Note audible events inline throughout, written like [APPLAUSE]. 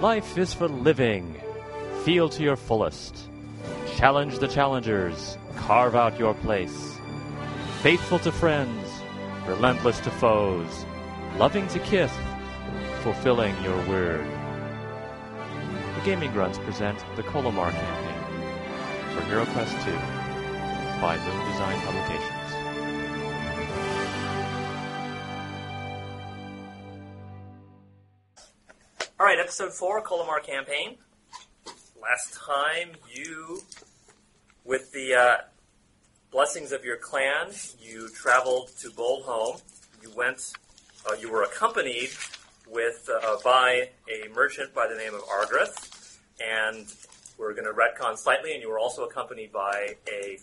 Life is for living. Feel to your fullest. Challenge the challengers. Carve out your place. Faithful to friends. Relentless to foes. Loving to kith. Fulfilling your word. The Gaming Grunts present the Colomar campaign for HeroQuest 2 by Moon Design Publications. All right, episode four, Colomar campaign. Last time you, with the uh, blessings of your clan, you traveled to Boldholm. You went. Uh, you were accompanied with uh, by a merchant by the name of Argrith, and we're going to retcon slightly. And you were also accompanied by a,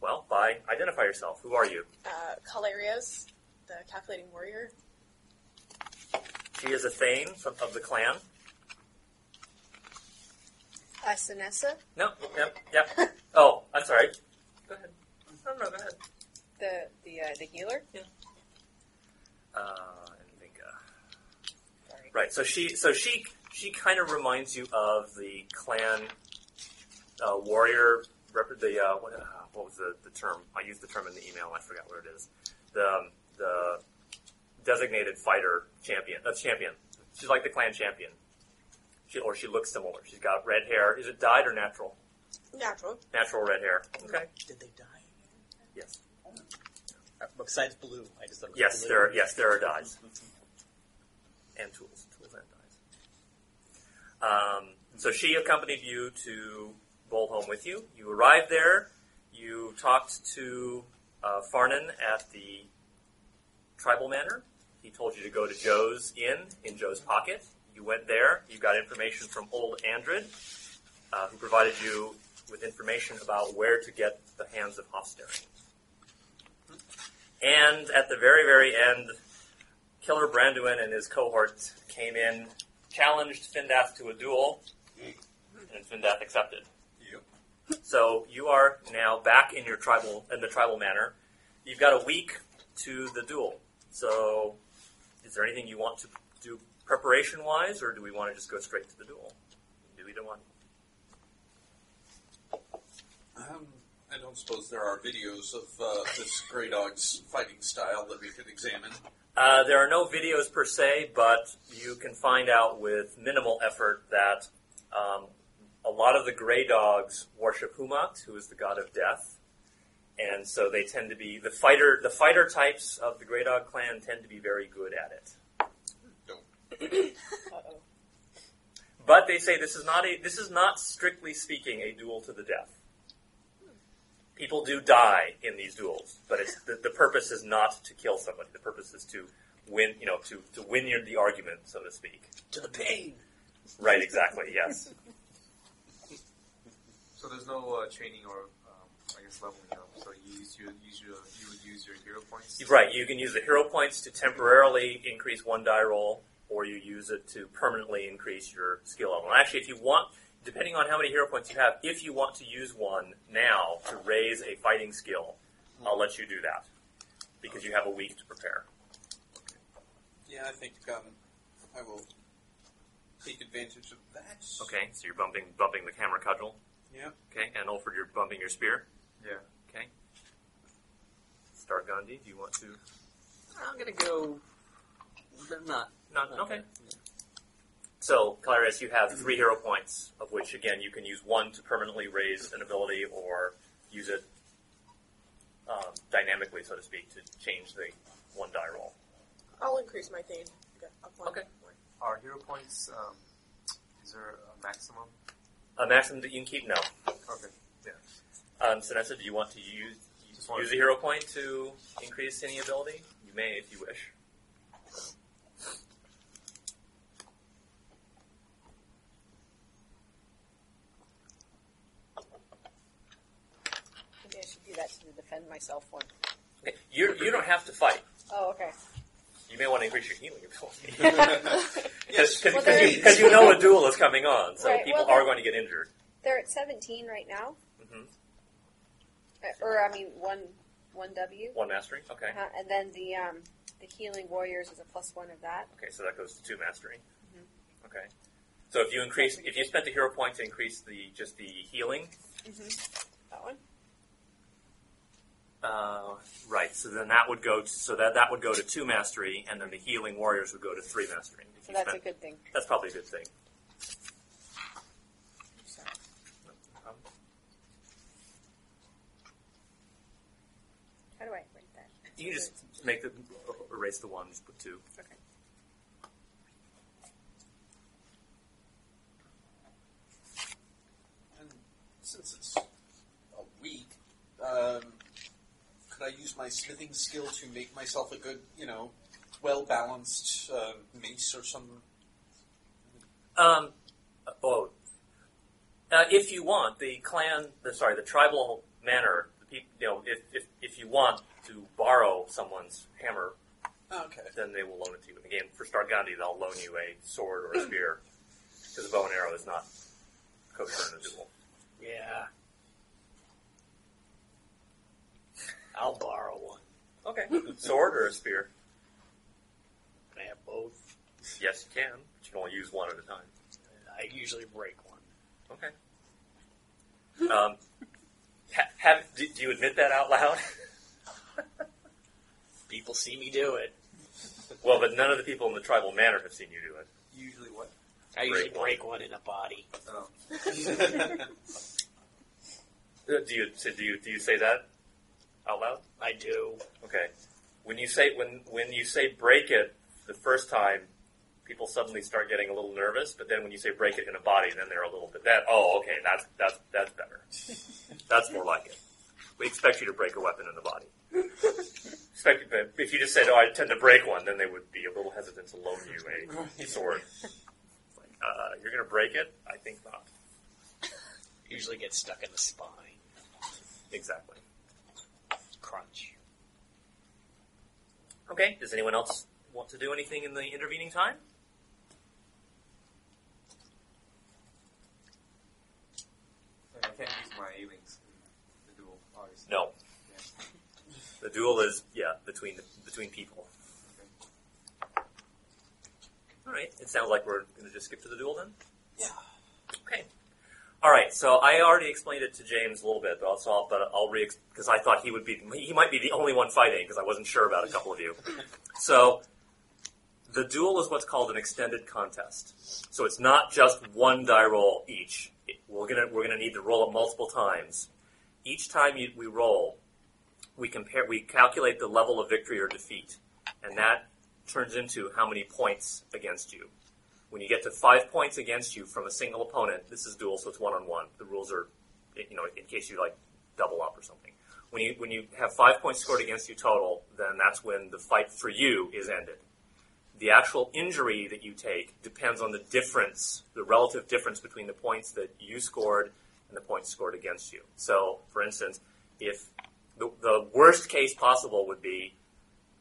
well, by identify yourself. Who are you? uh, Calerios, the calculating warrior. She is a thane from, of the clan. Uh, Sinessa, No, yep, yep. [LAUGHS] Oh, I'm sorry. Go ahead. No, no, go ahead. the the uh, the healer. Uh, and Vinga. uh, Right. So she, so she, she kind of reminds you of the clan uh, warrior. Rep- the uh, what, uh, what was the, the term? I used the term in the email. I forgot what it is. The um, the designated fighter champion. That's champion. She's like the clan champion. She, or she looks similar. She's got red hair. Is it dyed or natural? Natural. Natural red hair. Okay. Did they die? Yes. Uh, Besides blue, I just thought. it was Yes, blue. there. Are, yes, there are dyes and tools, tools and dyes. Um, so she accompanied you to Bolholm with you. You arrived there. You talked to uh, Farnan at the tribal manor. He told you to go to Joe's inn in Joe's pocket. You went there. You got information from old Andrid, uh, who provided you with information about where to get the hands of Hofstering. And at the very, very end, Killer Branduin and his cohort came in, challenged Findath to a duel, and Findath accepted. So you are now back in your tribal in the tribal manor. You've got a week to the duel. So is there anything you want to do preparation wise, or do we want to just go straight to the duel? Do we don't want Um, I don't suppose there are videos of uh, this Grey Dog's fighting style that we could examine. Uh, there are no videos per se, but you can find out with minimal effort that um, a lot of the gray dogs worship Humat, who is the god of death, and so they tend to be the fighter. The fighter types of the gray dog clan tend to be very good at it. Uh-oh. But they say this is not a this is not strictly speaking a duel to the death. People do die in these duels, but it's the, the purpose is not to kill somebody. The purpose is to win, you know, to, to win your, the argument, so to speak. To the pain. Right, exactly. Yes. [LAUGHS] So there's no uh, training or, um, I guess, leveling up. So you use your, use your, you would use your hero points. Right. You can use the hero points to temporarily increase one die roll, or you use it to permanently increase your skill level. And actually, if you want, depending on how many hero points you have, if you want to use one now to raise a fighting skill, I'll let you do that because you have a week to prepare. Yeah, I think um, I will take advantage of that. Okay. So you're bumping bumping the camera cudgel. Yeah. Okay. And Olford, you're bumping your spear. Yeah. Okay. Star Gandhi, do you want to? I'm gonna go. They're not. Not not okay. bad. So, Clarius, you have three hero points, of which, again, you can use one to permanently raise an ability or use it um, dynamically, so to speak, to change the one die roll. I'll increase my thane. Go Up one. Okay. Are hero points, um, is there a maximum? A maximum Uh, that you can keep? No. Okay. Um, Sinessa, do you want to use, Just wanted- use a hero point to increase any ability? You may if you wish. Maybe I should do that to the defend myself one. Okay. You're, you don't have to fight. Oh, okay. You may want to increase your healing [LAUGHS] ability. [LAUGHS] Yes. Well, Because there you, 'cause you know a duel is coming on, so Right, people well, are there- going to get injured. They're at 17 right now. Mhm. Uh, Or, I mean, one one W. One mastery? Okay. Uh, and then the um, the healing warriors is a plus one of that. Mm-hmm. Okay, so that goes to two mastery. Okay. So if you increase, if you spent a hero point to increase the just the healing, That one. uh, right? So then that would go. To, so that that would go to two mastery, and then the healing warriors would go to three mastery. If So you that's a spent- good thing. that's probably a good thing. Sorry. How do I write that? You can just make the erase the one, just put two. Okay. And since it's a week, um, could I use my smithing skill to make myself a good, you know, well balanced uh, mace or some? Um, oh, uh, if you want, the clan, the, sorry, the tribal manor, the peop, you know, if, if, if you want to borrow someone's hammer, Okay. then they will loan it to you. And again, for Stargandhi, they'll loan you a sword or a spear, because a bow and arrow is not kosher in a duel. Yeah. I'll borrow one. Okay. sword or a spear? Can I have both? Yes, you can, but you can only use one at a time. I usually break one. Okay. Um, ha- have, do, do you admit that out loud? [LAUGHS] People see me do it. well, but none of the people in the tribal manor have seen you do it. Usually [LAUGHS] what? [LAUGHS] I usually Break one. break one in a body. Oh. Uh, Do you so do you do you say that out loud? I do. Okay. When you say when when you say break it the first time, people suddenly start getting a little nervous. But then when you say break it in a body, then they're a little bit that oh okay that's that's that's better. that's more like it. We expect you to break a weapon in the body. expect but if you just said oh I tend to break one, then they would be a little hesitant to loan you a sword. It's like, Uh, you're gonna break it? I think not. Usually get stuck in the spine. Exactly. Crunch. Okay. Does anyone else want to do anything in the intervening time? And I can't use my A-links in the duel, obviously. No. Yeah. The duel is yeah between the, between people. All right. It sounds like we're going to just skip to the duel then. Yeah. Okay. All right. So I already explained it to James a little bit, but I'll so I'll, but I'll re because I thought he would be he might be the only one fighting because I wasn't sure about a couple of you. So the duel is what's called an extended contest. So it's not just one die roll each. It- We're gonna we're gonna need to roll it multiple times. Each time you, we roll, we compare we calculate the level of victory or defeat and that turns into how many points against you when you get to five points against you from a single opponent this is dual so it's one-on-one the rules are you know in case you like double up or something when you when you have five points scored against you total then that's when the fight for you is ended the actual injury that you take depends on the difference, the relative difference between the points that you scored and the points scored against you. So, for instance, if the, the worst case possible would be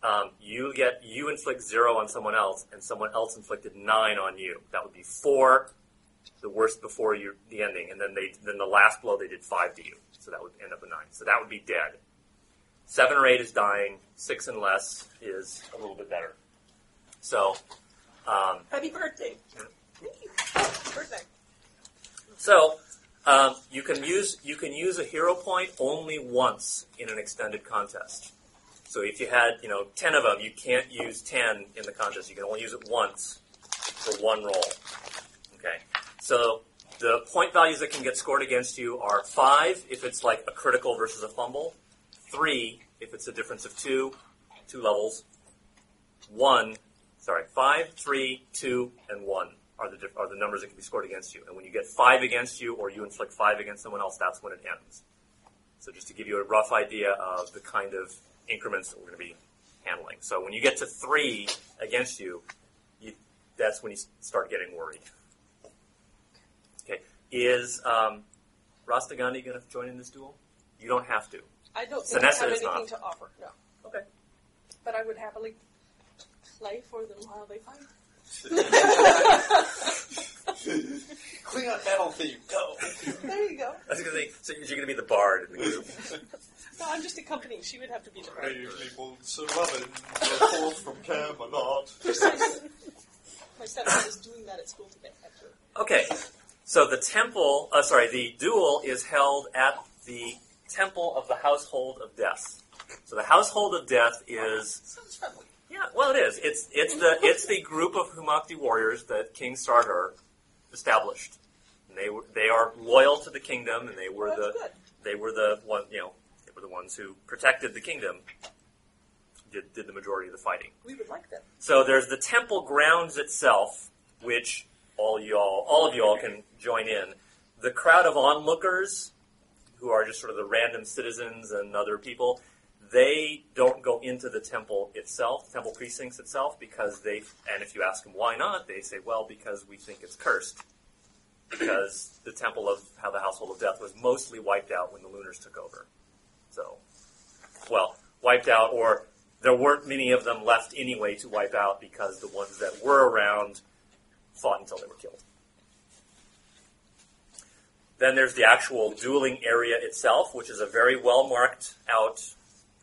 um, you get you inflict zero on someone else, and someone else inflicted nine on you. That would be four, the worst before you the ending, and then they then the last blow they did five to you. So that would end up a nine. So that would be dead. Seven or eight is dying. Six and less is a little bit better. So, um, [LAUGHS] Happy birthday. Thank you. Birthday. so um, you can use you can use a hero point only once in an extended contest. So if you had you know ten of them, you can't use ten in the contest. You can only use it once for one roll. Okay. So the point values that can get scored against you are five if it's like a critical versus a fumble, three if it's a difference of two, two levels, one, sorry, five, three, two, and one are the diff- are the numbers that can be scored against you. And when you get five against you, or you inflict five against someone else, that's when it ends. So just to give you a rough idea of the kind of increments that we're going to be handling. So when you get to three against you, you that's when you s- start getting worried. Okay, is um, Rastagandhi going to join in this duel? You don't have to. [LAUGHS] I don't think I Sinessa have is anything not. to offer. No. Okay. But I would happily play for them while they fight. Klingon battle theme. Go. There you go. I was going to say, so you're going to be the bard in the group. No, I'm just accompanying. She would have to be the Bravely bolts of oven, forth from Camelot. [LAUGHS] My stepson was doing that at school today, actually. Okay, so the temple, uh, sorry, the duel is held at the temple of the household of death. So the household of death is Sounds friendly. yeah, well it is. It's it's the it's the group of Humakti warriors that King Sardar established. And they were they are loyal to the kingdom, and they were Well, the that's good. they were the one you know they were the ones who protected the kingdom. Did did the majority of the fighting. We would like them. So there's the temple grounds itself, which all y'all, all of y'all can join in. The crowd of onlookers, who are just sort of the random citizens and other people, they don't go into the temple itself, temple precincts itself, because they. And if you ask them why not, they say, well, because we think it's cursed, because the temple of how the household of death was mostly wiped out when the Lunars took over. So, well, wiped out, or there weren't many of them left anyway to wipe out because the ones that were around fought until they were killed. Then there's the actual dueling area itself, which is a very well marked out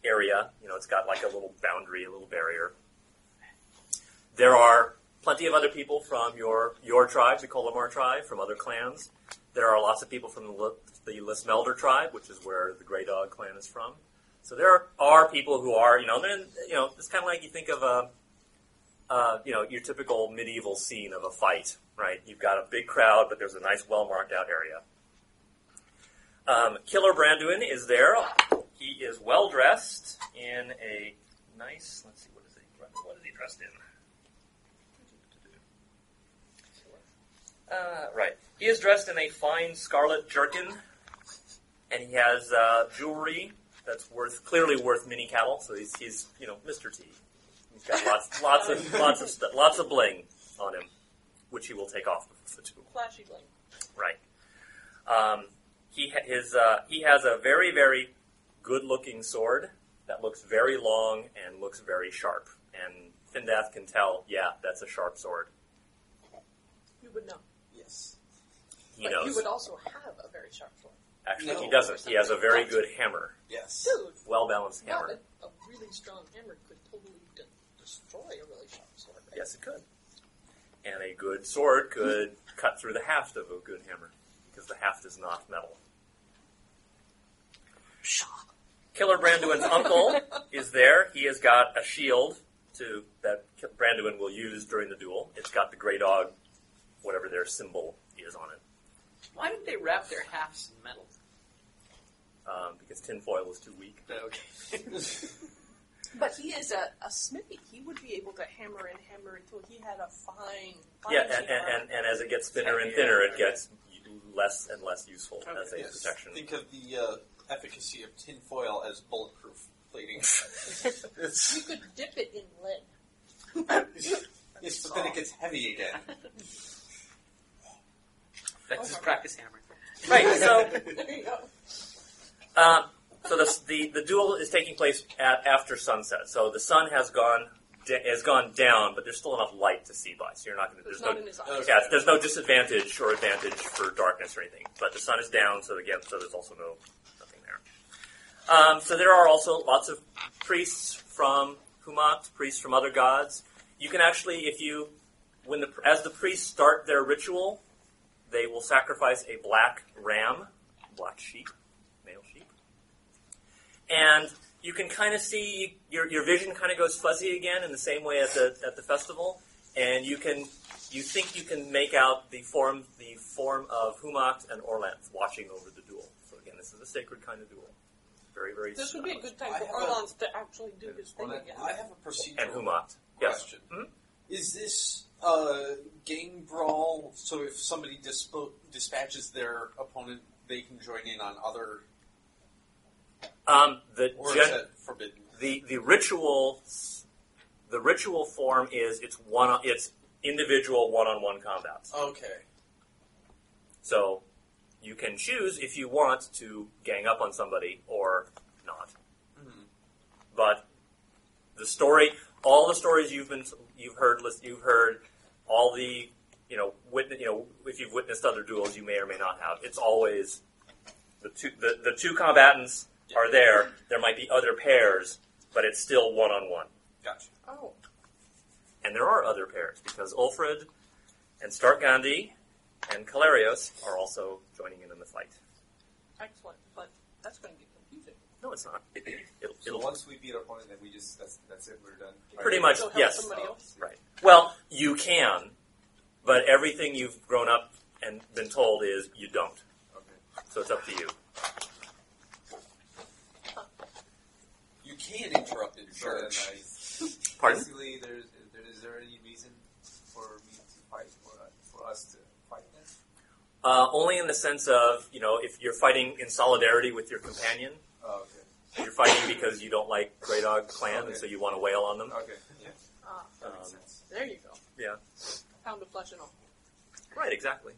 area. You know, it's got like a little boundary, a little barrier. There are plenty of other people from your your tribe, the Colomar tribe, from other clans. There are lots of people from the, Li- the Lismelder tribe, which is where the Grey Dog clan is from. So there are people who are, you know, and then you know, it's kind of like you think of a, uh, you know, your typical medieval scene of a fight, right? You've got a big crowd, but there's a nice, well marked out area. Um, Killer Branduin is there. He is well dressed in a nice. Let's see, what is he? What is he dressed in? Uh, right. He is dressed in a fine scarlet jerkin, and he has uh, jewelry that's worth clearly worth mini cattle. So he's, he's you know Mr. T. He's got lots lots of lots of stu- lots of bling on him, which he will take off before the duel. Flashy bling. Right. Um, he ha- his uh, he has a very very good looking sword that looks very long and looks very sharp. And Findath can tell, yeah, that's a sharp sword. You would know. Yes. He but you knows. would also have a very sharp sword. Actually, he No. doesn't. He has a very good hammer, Yes. Dude, well balanced yeah, hammer. but a really strong hammer could totally de- destroy a really sharp sword. Right? Yes, it could. And a good sword could cut through the haft of a good hammer, because the haft is not metal. Killer Branduin's uncle is there. He has got a shield to that Ki- Branduin will use during the duel. It's got the gray dog, whatever their symbol is on it, Why did they wrap their halves in metal? um, because tinfoil is too weak. Okay. [LAUGHS] But he is a, a smithy. He would be able to hammer and hammer until he had a fine, fine Yeah, and, sheet of and, and, armor. and as it gets thinner and thinner, it gets less and less useful as a Yes. protection. Think of the uh, efficacy of tinfoil as bulletproof [LAUGHS] plating. You it's, could dip it in lead. [LAUGHS] yes, but then it gets heavy again. [LAUGHS] That's just practice hammering. Right, [LAUGHS] so [LAUGHS] There you go. Um, so the, the the duel is taking place at after sunset. So the sun has gone da- has gone down, but there's still enough light to see by. So you're not going to It's there's not no in his Oh, no, eyes. yeah, there's no disadvantage or advantage for darkness or anything. But the sun is down, so again, so there's also no nothing there. Um, so there are also lots of priests from Humat, priests from other gods. You can actually, if you when the as the priests start their ritual, they will sacrifice a black ram, black sheep, male sheep, and you can kind of see your, your vision kind of goes fuzzy again in the same way at the at the festival, and you can you think you can make out the form the form of Humax and Orlanth watching over the duel. So again, this is a sacred kind of duel. Very very. This would be a good time I for have a- Orlans to actually do his thing again. I have a procedural and Humax. Yes. question. Hmm? Is this a gang brawl? So if somebody dispo- dispatches their opponent, they can join in on other, Um, the or is gen- that forbidden? the the ritual the ritual form is it's one it's individual one on one combat. Okay. So you can choose if you want to gang up on somebody or not. But the story, all the stories you've been you've heard, lis- you've heard all the you know witness, you know if you've witnessed other duels, you may or may not have. It's always the two the, the two combatants are there. There might be other pairs, but it's still one on one. Gotcha. Oh, And there are other pairs because Ulfred and Stark Gandhi and Calarios are also joining in in the fight. Excellent, but that's going to get confusing. No, it's not. It'll, So it'll once we beat our opponent, then we just that's that's it. We're done. Pretty much, Go help yes. somebody else. Right. Well, you can, but everything you've grown up and been told is you don't. Okay. So it's up to you. You can interrupt in So then church. I, Pardon? Basically, there's there, is there any reason for me to fight or uh, for us to fight then? Uh, only in the sense of, you know, if you're fighting in solidarity with your companion, Oh, okay. you're fighting because you don't like Grey Dog Clan and so you want to wail on them. Okay. Yeah. Ah, That makes Um, sense. there you go. Yeah. Pound of flesh and all. Right, exactly.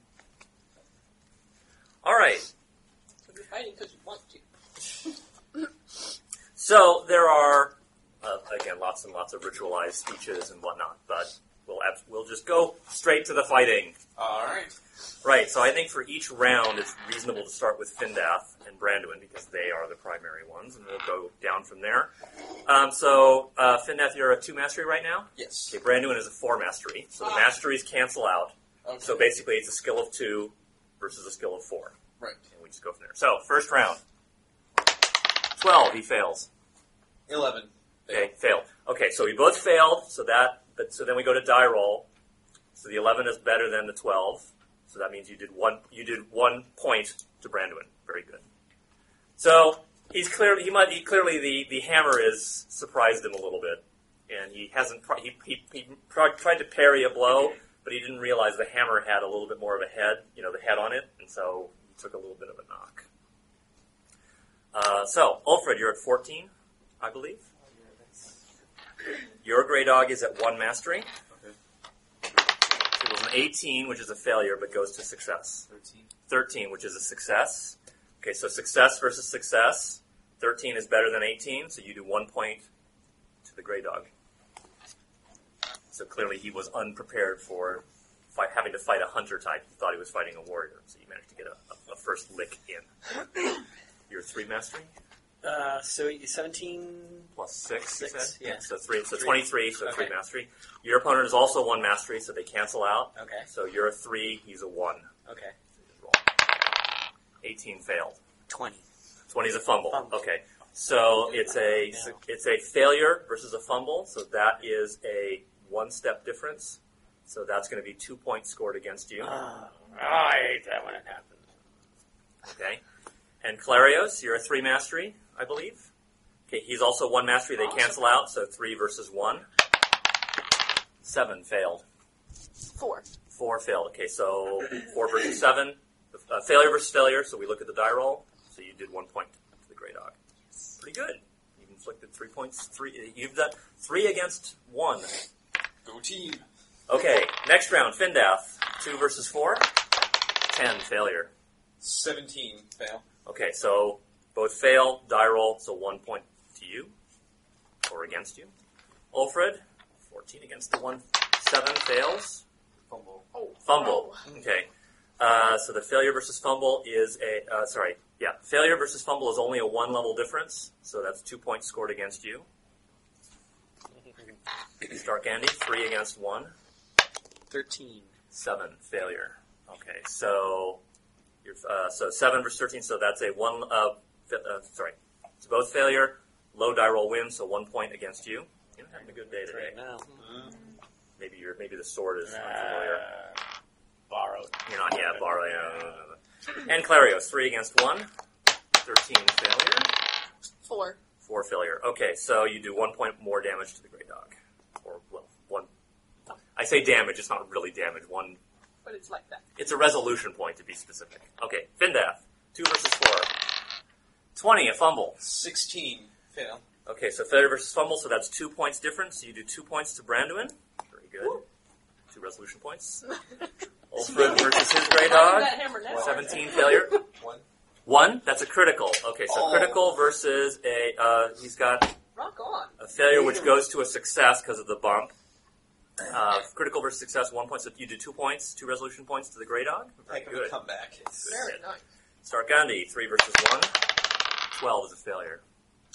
All right. So you're fighting because you want to. So there are, uh, again, lots and lots of ritualized speeches and whatnot, but we'll abs- we'll just go straight to the fighting. All right. Right. So I think for each round, it's reasonable to start with Findath and Branduin because they are the primary ones, and we'll go down from there. Um, so uh, Findath, you're a two mastery right now. Yes. Okay, Branduin is a four mastery, so the Ah. masteries cancel out. Okay. So basically, it's a skill of two versus a skill of four. right. And we just go from there. So, first round. 12, he fails. Eleven. Okay, failed. Okay, so we both failed, so that, but so then we go to die roll. So the 11 is better than the 12. So that means you did one, you did one point to Branduin. Very good. So, he's clearly, he might, he clearly the, the hammer is surprised him a little bit. And he hasn't, pro- he, he, he pro- tried to parry a blow, but he didn't realize the hammer had a little bit more of a head, you know, the head on it, and so he took a little bit of a knock. Uh, so, Ulfred, you're at 14, I believe. Your Grey Dog is at 1 mastery. Okay. It was an 18, which is a failure, but goes to success. Thirteen. 13, which is a success. Okay, so success versus success. 13 is better than 18, so you do 1 point to the Grey Dog. So clearly he was unprepared for fi- having to fight a hunter type. He thought he was fighting a warrior, so you managed to get a, a, a first lick in. [COUGHS] Your 3 mastery? Uh, so you- 17. plus six. you Six, said? yeah. So three. So Three. twenty-three. So three Okay. mastery. Your opponent is also one mastery, so they cancel out. Okay, So you're a three. He's a one. okay. Roll. Eighteen failed. 20. Twenty is a fumble. Fumble. Okay. So it's a No. it's a failure versus a fumble. So that is a one-step difference. So that's going to be two points scored against you. Ah, I hate that when it happens. Okay. And Clarios, you're a three mastery, I believe. Okay, he's also one mastery. They cancel out, so three versus one. Seven failed. Four. Four failed. Okay, so four versus seven. Uh, failure versus failure, so we look at the die roll. So you did one point to the Grey Dog. Pretty good. You've inflicted three points. Three. You've done three against one. Go team. Okay, next round, Findath. Two versus four. Ten, failure. Seventeen. Fail. Okay, so both fail, die roll, so one point to you, or against you. Ulfred, 14 against the one. Seven fails. [LAUGHS] Fumble. Oh, Fumble. Okay. Uh, so the failure versus fumble is a, uh, sorry, yeah, failure versus fumble is only a one level difference, so that's two points scored against you. Stark Andy, three against one. 13. Seven failure. Okay, so you're, uh, so seven versus thirteen. So that's a one. Uh, fa- uh, sorry, it's both failure. Low die roll win. So one point against you. You're having a good day today. Right now. Maybe your maybe the sword is unfamiliar. borrowed. You're not. Yeah, borrow. Yeah. And Clarios, three against one. Thirteen failure. Four. Four failure. Okay, so you do one point more damage to the gray dog, or well, one. I say damage. It's not really damage. One But it's like that. It's a resolution point to be specific. Okay, Findath, two versus four. Twenty, a fumble. Sixteen. Fail. Okay, so failure versus fumble, so that's two points difference. So you do two points to Branduin. Very good. Two resolution points. Ulfred versus his [LAUGHS] gray Why dog. [LAUGHS] did that hammer now? Seventeen failure. One. One, that's a critical. Okay, so Oh. critical versus a uh, he's got [LAUGHS] Rock on. a failure which goes to a success because of the bump. Uh, critical versus success, one point. So you do two points, two resolution points to the gray dog. Very Heck of a good. comeback. Very nice. Starkandi, 3 versus 1. 12 is a failure.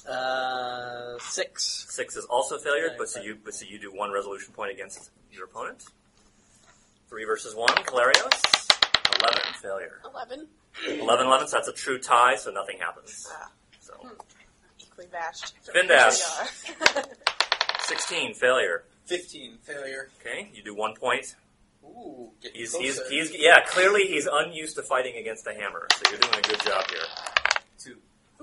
Uh, Six. Six is also a failure, Yeah, but so but- you but so you do one resolution point against your opponent. Three versus one, Calarios. Eleven failure. Eleven. Eleven eleven, so that's a true tie, so nothing happens. Ah. So Equally bashed. Vindash. Here we are. sixteen failure. Fifteen failure. Okay, you do one point. Ooh, getting He's closer. he's, he's yeah, clearly he's unused to fighting against a hammer, so you're doing a good job here. Two.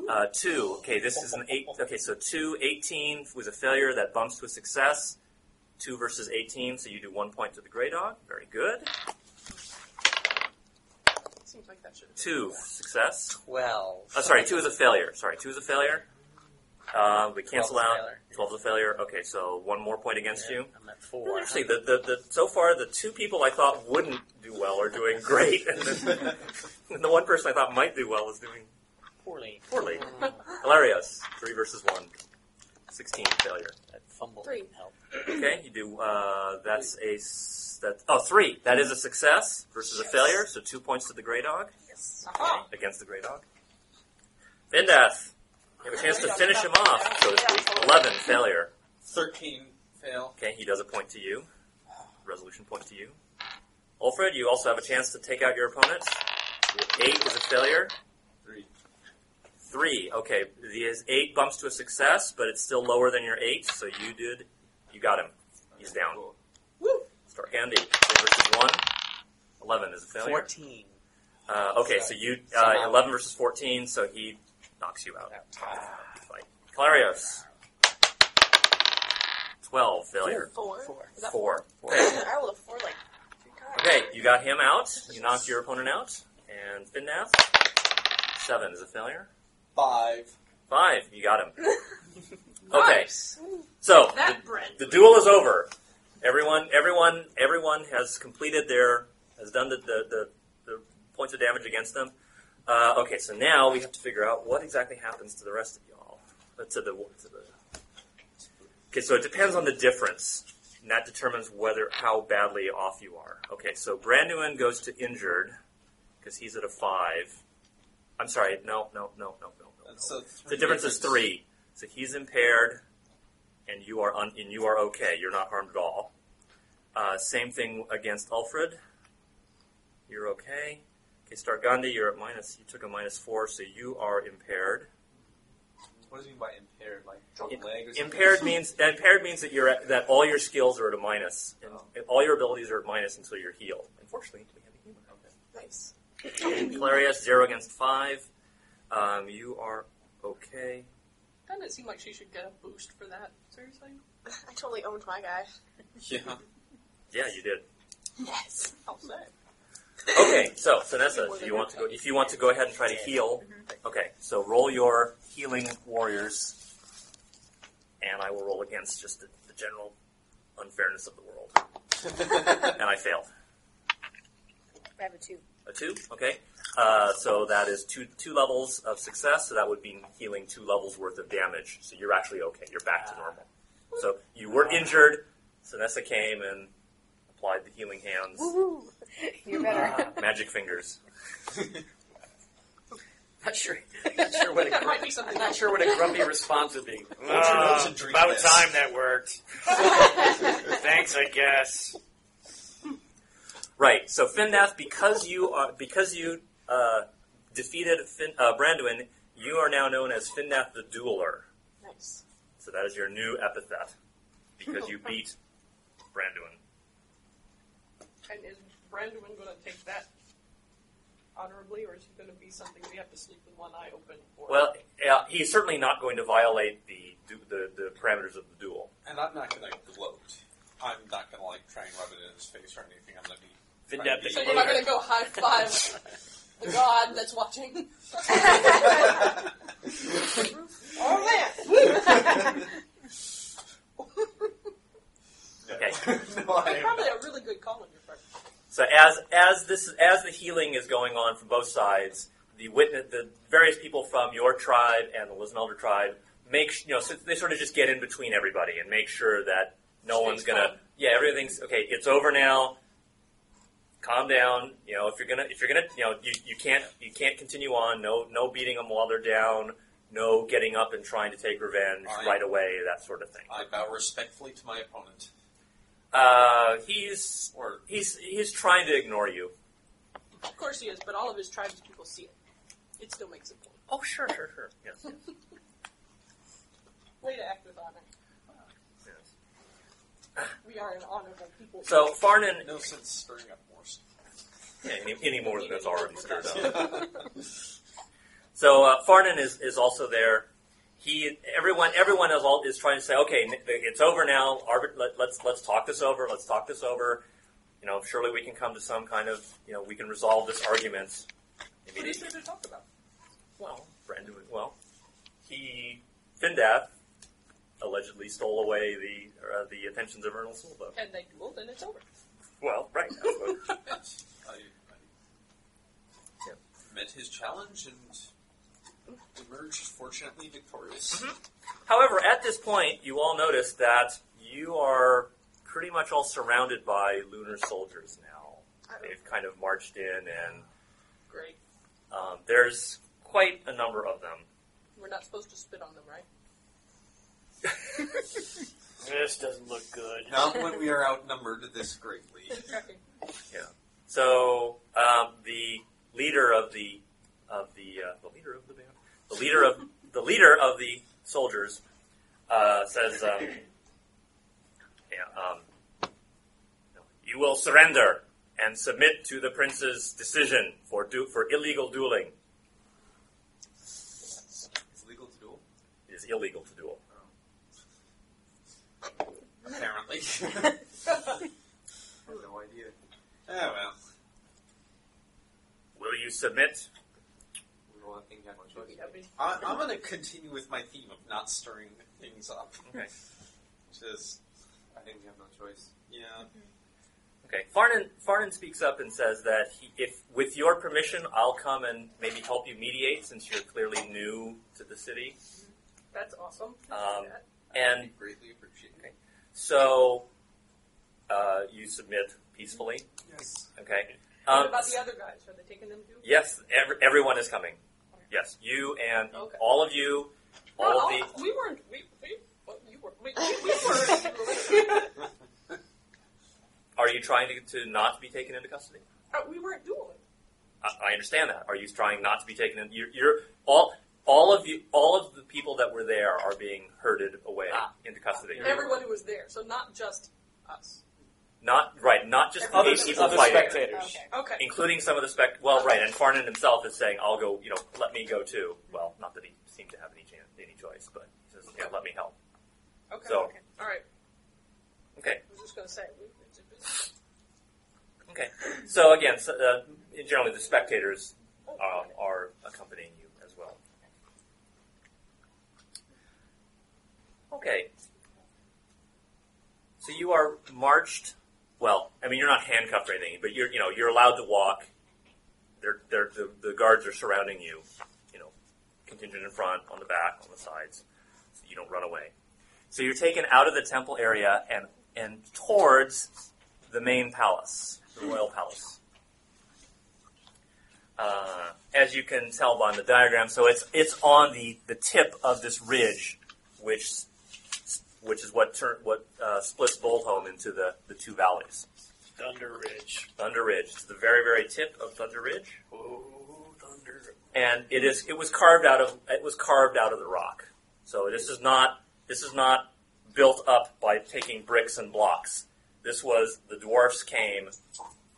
Uh, two. Okay, this is an eight. Okay, so two, 18 was a failure. That bumps to a success. Two versus 18, so you do one point to the Grey Dog. Very good. [LAUGHS] Seems like that should. Two, success. Twelve. Oh, sorry, two is a failure. Sorry, two is a failure. Uh, we cancel Twelve is a out. failure. Twelve is a failure. Okay, so one more point against you. I'm at four. Actually, the, the, the, so far, the two people I thought wouldn't do well are doing great, [LAUGHS] and the, and the one person I thought might do well is doing Poorly. poorly. Hilarious. Three versus one. 16 failure. That fumble Three. didn't help. Okay, you do. Uh, that's a s- that. Oh, three. That is a success versus a failure. So two points to the Grey Dog [LAUGHS] Yes. against the Grey Dog. Vindath, you have a chance to finish him off. So to speak. Eleven failure. thirteen fail. Okay, he does a point to you. Resolution point to you. Ulfred, you also have a chance to take out your opponent. Eight is a failure. Three. Three. Okay, his eight bumps to a success, but it's still lower than your eight. So you did. You got him. [LAUGHS] He's down. Cool. Start handy. Three versus one. Eleven is a failure. Fourteen. Uh, okay, so you uh, Somehow. eleven versus fourteen, so he knocks you out. You fight. Clarios. Twelve failure. Four. Four. Is that Four. I rolled a four like three times. Okay, you got him out. You knocked your opponent out. And Finnath. Seven is a failure. Five. Five. You got him. Okay. Nice. So the, That Brent. the duel is over. Everyone, everyone, everyone has completed their has done the the, the, the points of damage against them. Uh, okay, so now we have to figure out what exactly happens to the rest of y'all. Uh, To the, to the okay, so it depends on the difference, and that determines whether how badly off you are. Okay, so Branduin goes to injured because he's at a five. I'm sorry, no, no, no, no, no, no. That's no. a The difference is three. So he's impaired, and you are un- and you are okay. You're not harmed at all. Uh, same thing against Alfred. You're okay. Okay, Stargandi, you're at minus. You took a minus four, so you are impaired. What does it mean by impaired? Like drunk Im- leg or something? Impaired [LAUGHS] means impaired means that you're at, that all your skills are at a minus, and, and all your abilities are at minus until you're healed. Unfortunately, we have a healer. Nice. Clarius, zero against five. Um, you are okay. Doesn't it seem like she should get a boost for that? Seriously? I totally owned my guy. Yeah. Yeah, you did. Yes. I'll say. [LAUGHS] Okay, so Vanessa, if you want to go, if you want to go ahead and try to heal, okay. So roll your healing warriors, and I will roll against just the, the general unfairness of the world, and I fail. I have a two. [LAUGHS] A two, okay. Uh, so that is two two levels of success. So that would be healing two levels worth of damage. So you're actually okay. You're back to normal. So you were injured. Vanessa came and applied the healing hands, Uh, Woohoo! [LAUGHS] [LAUGHS] You're better. magic fingers. [LAUGHS] Not [LAUGHS] sure. Not sure what [LAUGHS] That a might be [LAUGHS] something not sure what a grumpy response would be. Hold your nose and drink Ah, about this. time that worked. Thanks, I guess. Right. So Finnath, because you are because you uh, defeated fin- uh, Branduin, you are now known as Finnath the Dueler. [LAUGHS] Nice. So that is your new epithet because you beat Branduin. And is Brandwin going to take that honorably, or is it going to be something we have to sleep with one eye open? Or Well, uh, he's certainly not going to violate the, du- the the parameters of the duel. And I'm not gonna gloat. I'm not gonna like try and rub it in his face or anything. I'm gonna be. Didn't trying that to be- so you're not going to go high five the god that's watching? [LAUGHS] oh man! Okay. no, I That's am probably a really good call on your part. So as as this as the healing is going on from both sides, the witness, the various people from your tribe and the Lismelder tribe make s- you know so they sort of just get in between everybody and make sure that no Stay one's gonna calm. yeah everything's okay. It's over now. Calm down. You know if you're gonna if you're gonna you know you, you can't you can't continue on. No no beating them while they're down. no getting up and trying to take revenge I- right away, that sort of thing. I bow respectfully to my opponent. Uh, he's Or he's he's trying to ignore you. Of course he is, but all of his tribespeople see it. It still makes a point. Oh sure, sure, sure. Yes, yes, Way to act with honor. yes. We are an honorable people. So Farnan, no sense stirring up more. [LAUGHS] stuff. yeah, any, any more than that's already stirred up. I So uh, Farnan is, is also there. He everyone everyone is all is trying to say, okay, n- it's over now. Arbit, let, let's let's talk this over. Let's talk this over. You know, surely we can come to some kind of you know we can resolve this argument What is immediately. there to talk about? Well, Brandon, well, he Findath allegedly stole away the uh, the attentions of Ernal Silva. And they duel, then it's over. Well, right. that's what- I met his challenge and emerged fortunately victorious. Mm-hmm. However, at this point, you all notice that you are pretty much all surrounded by lunar soldiers now. They've kind of marched in, and Great. um, there's quite a number of them. We're not supposed to spit on them, right? This doesn't look good. Not when we are outnumbered this greatly. Checking. So um, the leader of the of the uh, the leader of the band, the leader of the leader of the soldiers uh, says, um, yeah, um, "You will surrender and submit to the prince's decision for du- for illegal dueling. It's legal to duel. It is illegal to duel." Apparently. [LAUGHS] I have no idea. oh well. Will you submit? We don't think have much choice. Yeah, I mean, I, I'm going to continue with my theme of not stirring things up. Okay. Just, I think we have no choice. yeah. Okay. Farnan Farnan speaks up and says that he, if with your permission, I'll come and maybe help you mediate since you're clearly new to the city. that's awesome. Um, That- And I greatly appreciate it. So, uh, you submit peacefully. [LAUGHS] Yes. Okay. what Um, about the other guys? Are they taking them too? yes, every, everyone is coming. Yes, you and Okay. all of you, Not all of the. We weren't. We, we, well, you were. We, [LAUGHS] we, we were. Are you trying to, to not be taken into custody? uh, we weren't dueling. I, I understand that. Are you trying not to be taken in? You're, you're all. All of you, all of the people that were there are being herded away Ah. into custody. Everyone who was there, so not just us. Not right, not just the Everyone. eight people Other fighting. Okay. Okay. including some of the spec. Well, right, and Farnan himself is saying, "I'll go," you know, "Let me go too." Well, not that he seemed to have any chance, any choice, but he says, "Yeah, let me help." Okay. So- okay. All right. Okay, I was just gonna say. We, it's a business. okay. So again, so, uh, generally the spectators Oh, uh, are accompanying you as well. Okay. So you are marched. Well, I mean, you're not handcuffed or anything, but you're you know you're allowed to walk. They're, they're, the, the guards are surrounding you, you know, contingent in front, on the back, on the sides, so you don't run away. So you're taken out of the temple area and and towards the main palace, the royal palace uh, as you can tell by the diagram. So it's it's on the, the tip of this ridge, which s- which is what turn, what uh, splits Boldholm into the, the two valleys. Thunder Ridge. Thunder Ridge. It's the very very tip of Thunder Ridge, Oh, thunder. and it is it was carved out of it was carved out of the rock. So this is not this is not built up by taking bricks and blocks. This was the dwarfs came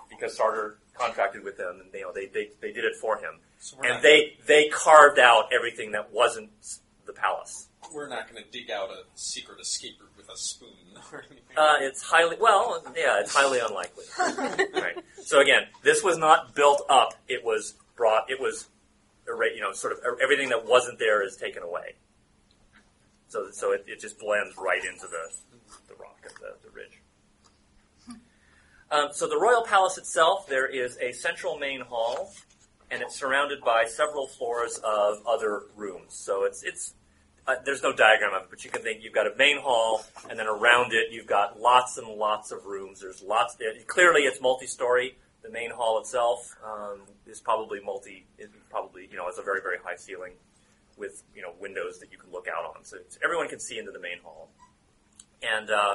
because Sartor contracted with them, and you know they, they, they did it for him. So we're and not, they they carved out everything that wasn't the palace. we're not going to dig out a secret escape route with a spoon [LAUGHS] or anything. Uh, it's highly well, yeah, it's [LAUGHS] highly unlikely. right. So again, this was not built up; it was brought. It was, erra- you know, sort of everything that wasn't there is taken away. So so it, it just blends right into the the rock of the, the ridge. Um, so the royal palace itself, there is a central main hall, and it's surrounded by several floors of other rooms. So it's it's uh, there's no diagram of it, but you can think you've got a main hall, and then around it you've got lots and lots of rooms. There's lots. There. Clearly, it's multi-story. The main hall itself um, is probably multi. Is probably you know it's a very very high ceiling with you know windows that you can look out on, so everyone can see into the main hall. And uh,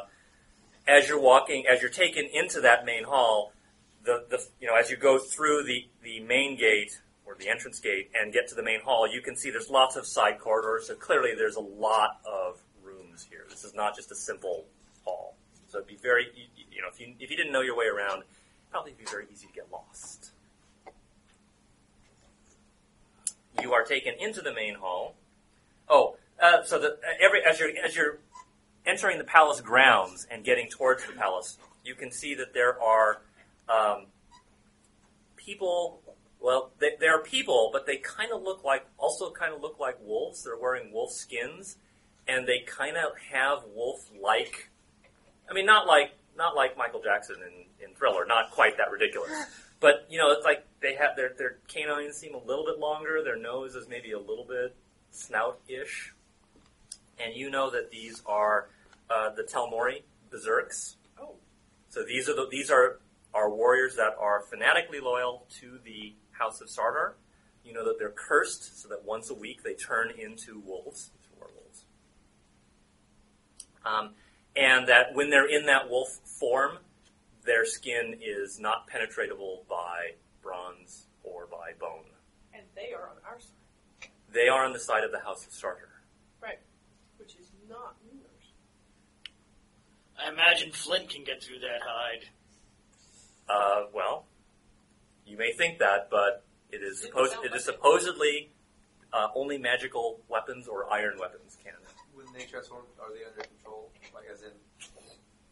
as you're walking, as you're taken into that main hall, the, the you know as you go through the the main gate or the entrance gate and get to the main hall, you can see there's lots of side corridors. So clearly, there's a lot of rooms here. This is not just a simple hall. So it'd be very you, you know if you if you didn't know your way around, probably it'd be very easy to get lost. You are taken into the main hall. Oh, uh, so the, every as you're as you're entering the palace grounds and getting towards the palace, you can see that there are um, people. Well, they, they are people, but they kind of look like also kind of look like wolves. They're wearing wolf skins, and they kind of have wolf-like. I mean, not like not like Michael Jackson in, in Thriller, not quite that ridiculous. But you know, it's like they have their their canines seem a little bit longer. Their nose is maybe a little bit snout-ish, and you know that these are uh, the Telmori Berserks. Oh. So these are the, these are are warriors that are fanatically loyal to the House of Sardar. You know that they're cursed, so that once a week they turn into wolves, into werewolves. Um, and that when they're in that wolf form, their skin is not penetratable by bronze or by bone. And they are on our side, They are on the side of the House of Sardar. which is not yours. I imagine Flint can get through that hide. Uh, well, you may think that, but it is Didn't supposed sound it is like it. supposedly uh, only magical weapons or iron weapons can. When they transform, are they under control? Like, as in,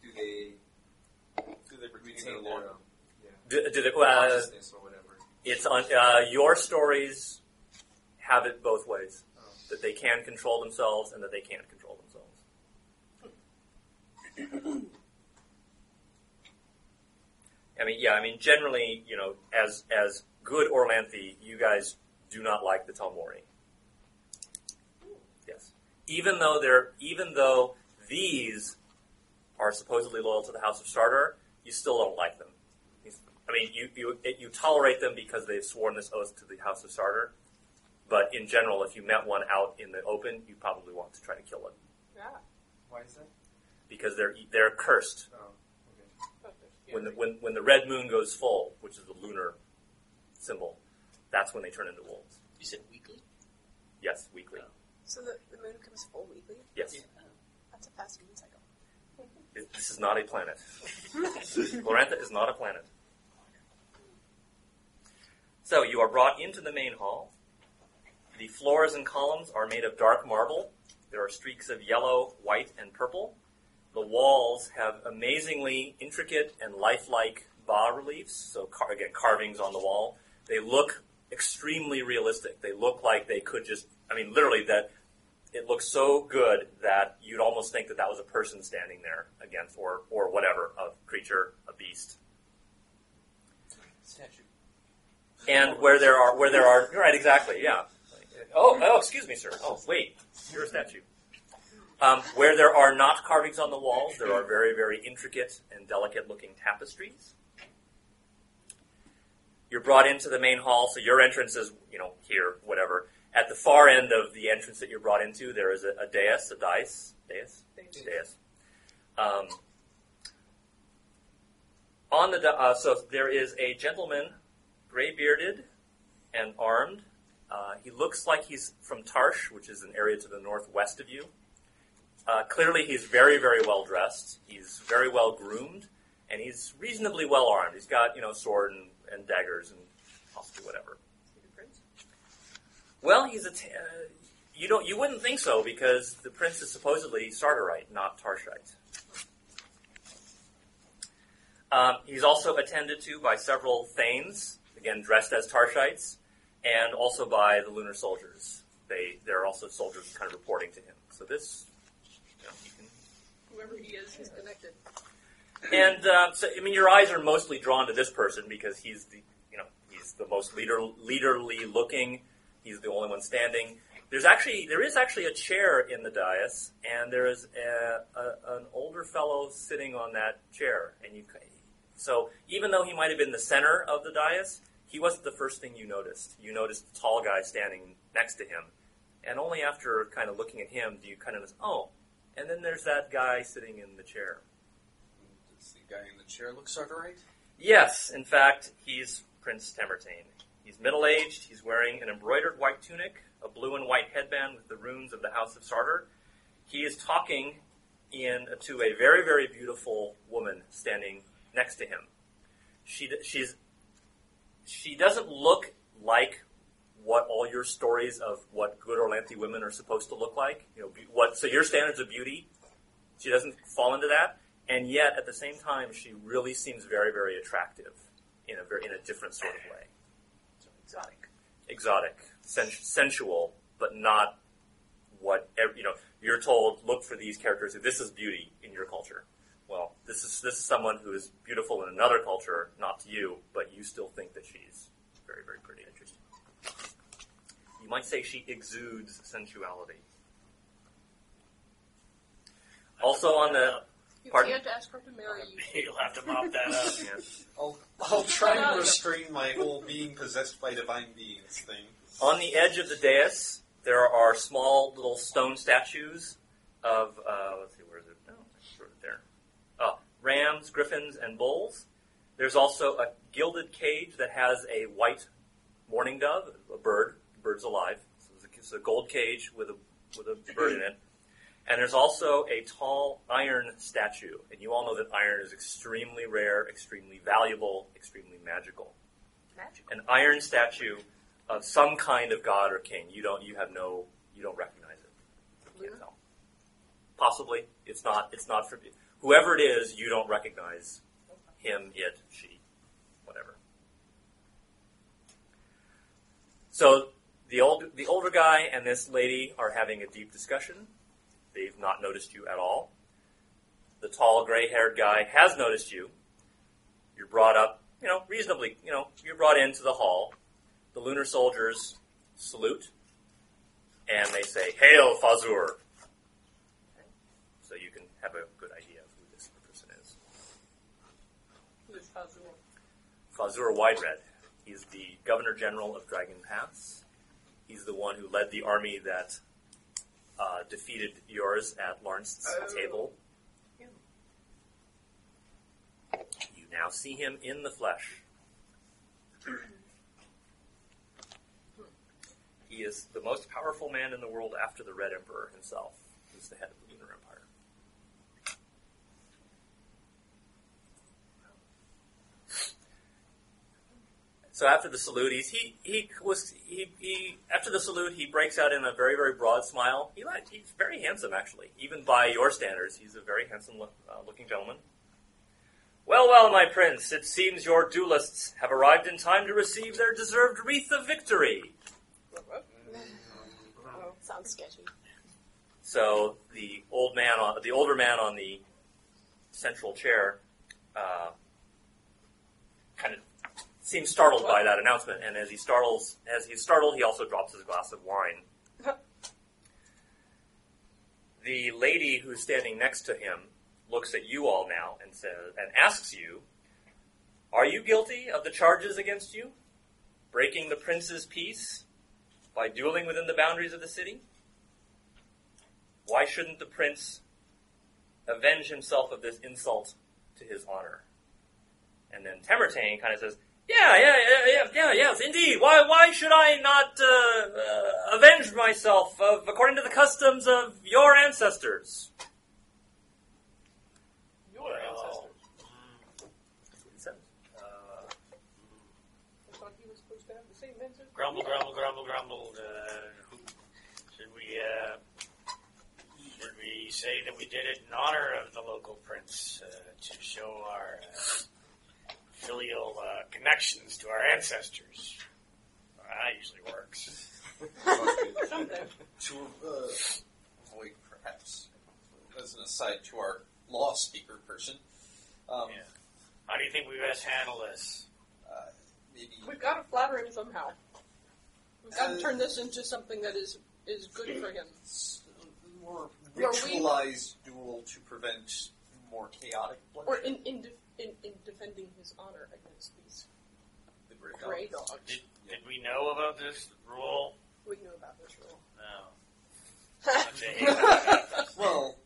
do they Do they retain retain their their um, Do, do the, uh, consciousness or whatever? it's on uh, your stories have it both ways that they can control themselves and that they can't control themselves. [CLEARS THROAT] I mean, yeah, I mean, generally, you know, as as good Orlanthe, you guys do not like the Talmori. Yes, even though they're even though these are supposedly loyal to the House of Sardar, you still don't like them. I mean, you you you tolerate them because they've sworn this oath to the House of Sardar. But in general, if you met one out in the open, you probably want to try to kill it Yeah. Why is that? because they're they're cursed. Oh, okay. But they're scary. When the when, when the red moon goes full, which is the lunar symbol, that's when they turn into wolves. You said weekly? Yes, weekly. So the, the moon comes full weekly? Yes, That's a fast moon cycle. It- this is not a planet. [LAUGHS] Glorantha is not a planet. So you are brought into the main hall. The floors and columns are made of dark marble. There are streaks of yellow, white, and purple. The walls have amazingly intricate and lifelike bas reliefs, so car- again, carvings on the wall. They look extremely realistic. They look like they could just, I mean, literally, that it looks so good that you'd almost think that that was a person standing there against, or, or whatever, a creature, a beast. Statue. And where there are, where there are, right, exactly, yeah. Oh, oh, excuse me, sir. Oh, wait, you're a statue. Um, where there are not carvings on the walls, there are very, very intricate and delicate looking tapestries. You're brought into the main hall, so your entrance is, you know, here, whatever. At the far end of the entrance that you're brought into, there is a, a dais, a dice, dais, Things- dais. Um, on the di- uh, so there is a gentleman, gray bearded, and armed. Uh, he looks like he's from Tarsh, which is an area to the northwest of you. Uh, clearly, he's very, very well dressed. He's very well groomed, and he's reasonably well armed. He's got you know sword and, and daggers and possibly whatever. Secret Prince? Well, he's a. T- uh, you don't. You wouldn't think so because the prince is supposedly Sardarite, not Tarshite. Um, he's also attended to by several thanes, again dressed as Tarshites, and also by the lunar soldiers. They there are also soldiers kind of reporting to him. So this. you know, you can- Whoever he is, he's connected. and uh, so, I mean, your eyes are mostly drawn to this person because he's the, you know, he's the most leader, leaderly looking. He's the only one standing. There's actually there is actually a chair in the dais, and there is a, a, an older fellow sitting on that chair. And you, ca- so even though he might have been the center of the dais, he wasn't the first thing you noticed. You noticed the tall guy standing next to him, And only after kind of looking at him do you kind of notice, oh, and then there's that guy sitting in the chair. Does the guy in the chair look [LAUGHS] Sartorite? Yes, in fact, he's Prince Tamertane. He's middle aged, he's wearing an embroidered white tunic, a blue and white headband with the runes of the House of Sartor. He is talking in to a very, very beautiful woman standing next to him. She, d- she's, she doesn't look like what all your stories of what good Orlanthi women are supposed to look like. You know, be- what so your standards of beauty. She doesn't fall into that, and yet at the same time, she really seems very, very attractive in a very in a different sort of way. Exotic. Exotic, sen- sensual, but not what ev- you know. You're told look for these characters. This is beauty in your culture. Well, this is this is someone who is beautiful in another culture, not to you, but you still think that she's very, very pretty. Interesting. You might say she exudes sensuality. Also on the You Pardon? can't ask her to marry [LAUGHS] you. You'll have to mop that [LAUGHS] up. yeah, I'll, I'll try [LAUGHS] and restrain my whole being possessed by divine beings thing. on the edge of the dais, there are small little stone statues of uh, let's see, where is it? No, it's sort of there. Oh, rams, griffins, and bulls. There's also a gilded cage that has a white mourning dove, a bird. The bird's alive. So it's a, it's a gold cage with a with a bird in it. And there's also a tall iron statue, and you all know that iron is extremely rare, extremely valuable, extremely magical Magical. an iron statue of some kind of god or king. You don't you have no you don't recognize it. You can't tell. Possibly it's not it's not for whoever it is. You don't recognize him, it, she, whatever. So the old the older guy and this lady are having a deep discussion. They've not noticed you at all. The tall gray-haired guy has noticed you. You're brought up, you know, reasonably, you know, you're brought into the hall. The lunar soldiers salute and they say, "Hail Fazur." So you can have a good idea of who this person is. Who is Fazul? Fazur Wide-Red. He's the Governor General of Dragon Pass. He's the one who led the army that uh, defeated yours at Lawrence's Oh. table. Him. You now see him in the flesh. he is the most powerful man in the world after the Red Emperor himself, who's the head of the Lunar Empire. So after the salute, he's, he he was he, he after the salute he breaks out in a very very broad smile. He like he's very handsome actually, even by your standards, he's a very handsome look, uh, looking gentleman. Well, well, my prince, it seems your duelists have arrived in time to receive their deserved wreath of victory. Oh, Sounds sketchy. So the old man, on, the older man on the central chair, uh, kind of seems startled by that announcement, and as he startles, as he's startled, he also drops his glass of wine. the lady who's standing next to him looks at you all now and says, and asks you, "Are you guilty of the charges against you, breaking the prince's peace by dueling within the boundaries of the city?" why shouldn't the prince avenge himself of this insult to his honor? And then Tamertane kind of says, yeah, yeah, yeah, yeah, yeah, yes, indeed. Why, why should I not uh, uh, avenge myself of, according to the customs of your ancestors? Your ancestor. Mm, Uh, I thought he was supposed to have the same ancestors. grumble, grumble, grumble, grumble. Uh, who- should we? Uh, should we say that we did it in honor of the local prince uh, to show our uh, filial uh, connections to our ancestors? Well, that usually works. Something. to uh, avoid, perhaps, as an aside to our law speaker person, um, Yeah. How do you think we best handle this? uh, maybe We've got to flatter him somehow. We've got Uh, to turn this into something that is is good for him. s- more Were we- ritualized duel to prevent more chaotic Or bloodshed. in in, def in in defending his honor against these The Grey Dawn. gray dogs. Did we know about this rule? We knew about this rule. No. [LAUGHS] Don't you hate it? Well,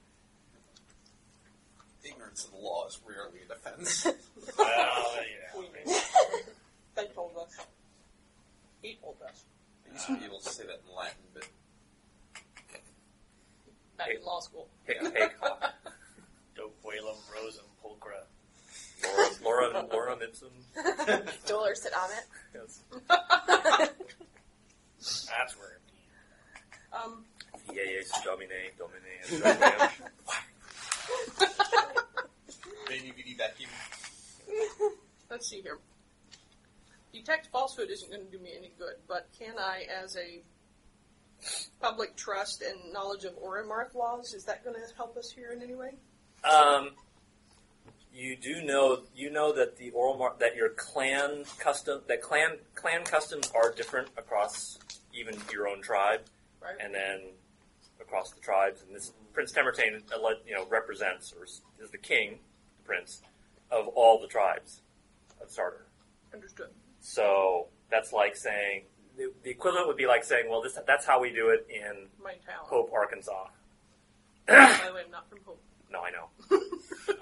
ignorance of the law is rarely a [LAUGHS] defense. well, you know, We maybe. knew. [LAUGHS] they told us. He told us. I used to be able to say that in Latin, but Back in law school. Hic, hic, hoc. Doquelum rosum pulchra. Laura, Laura, Laura Mipsum. Dollar said on it. Yes. That's where it be. Um, Eaeis domine, domine, and domine. then you could eat that even let's see here. Detect falsehood isn't going to do me any good, but can I, as a public trust and knowledge of Oremarth laws, is that going to help us here in any way? Um, you do know you know that the oral mar- that your clan custom that clan clan customs are different across even your own tribe, Right. and then across the tribes. And this Prince Temertane, ele- you know, represents or is is the king, the prince of all the tribes of Sartor. Understood. So that's like saying the, the equivalent would be like saying, well, this that's how we do it in My town. Hope, Arkansas. By the way, I'm not from Hope. No, I know.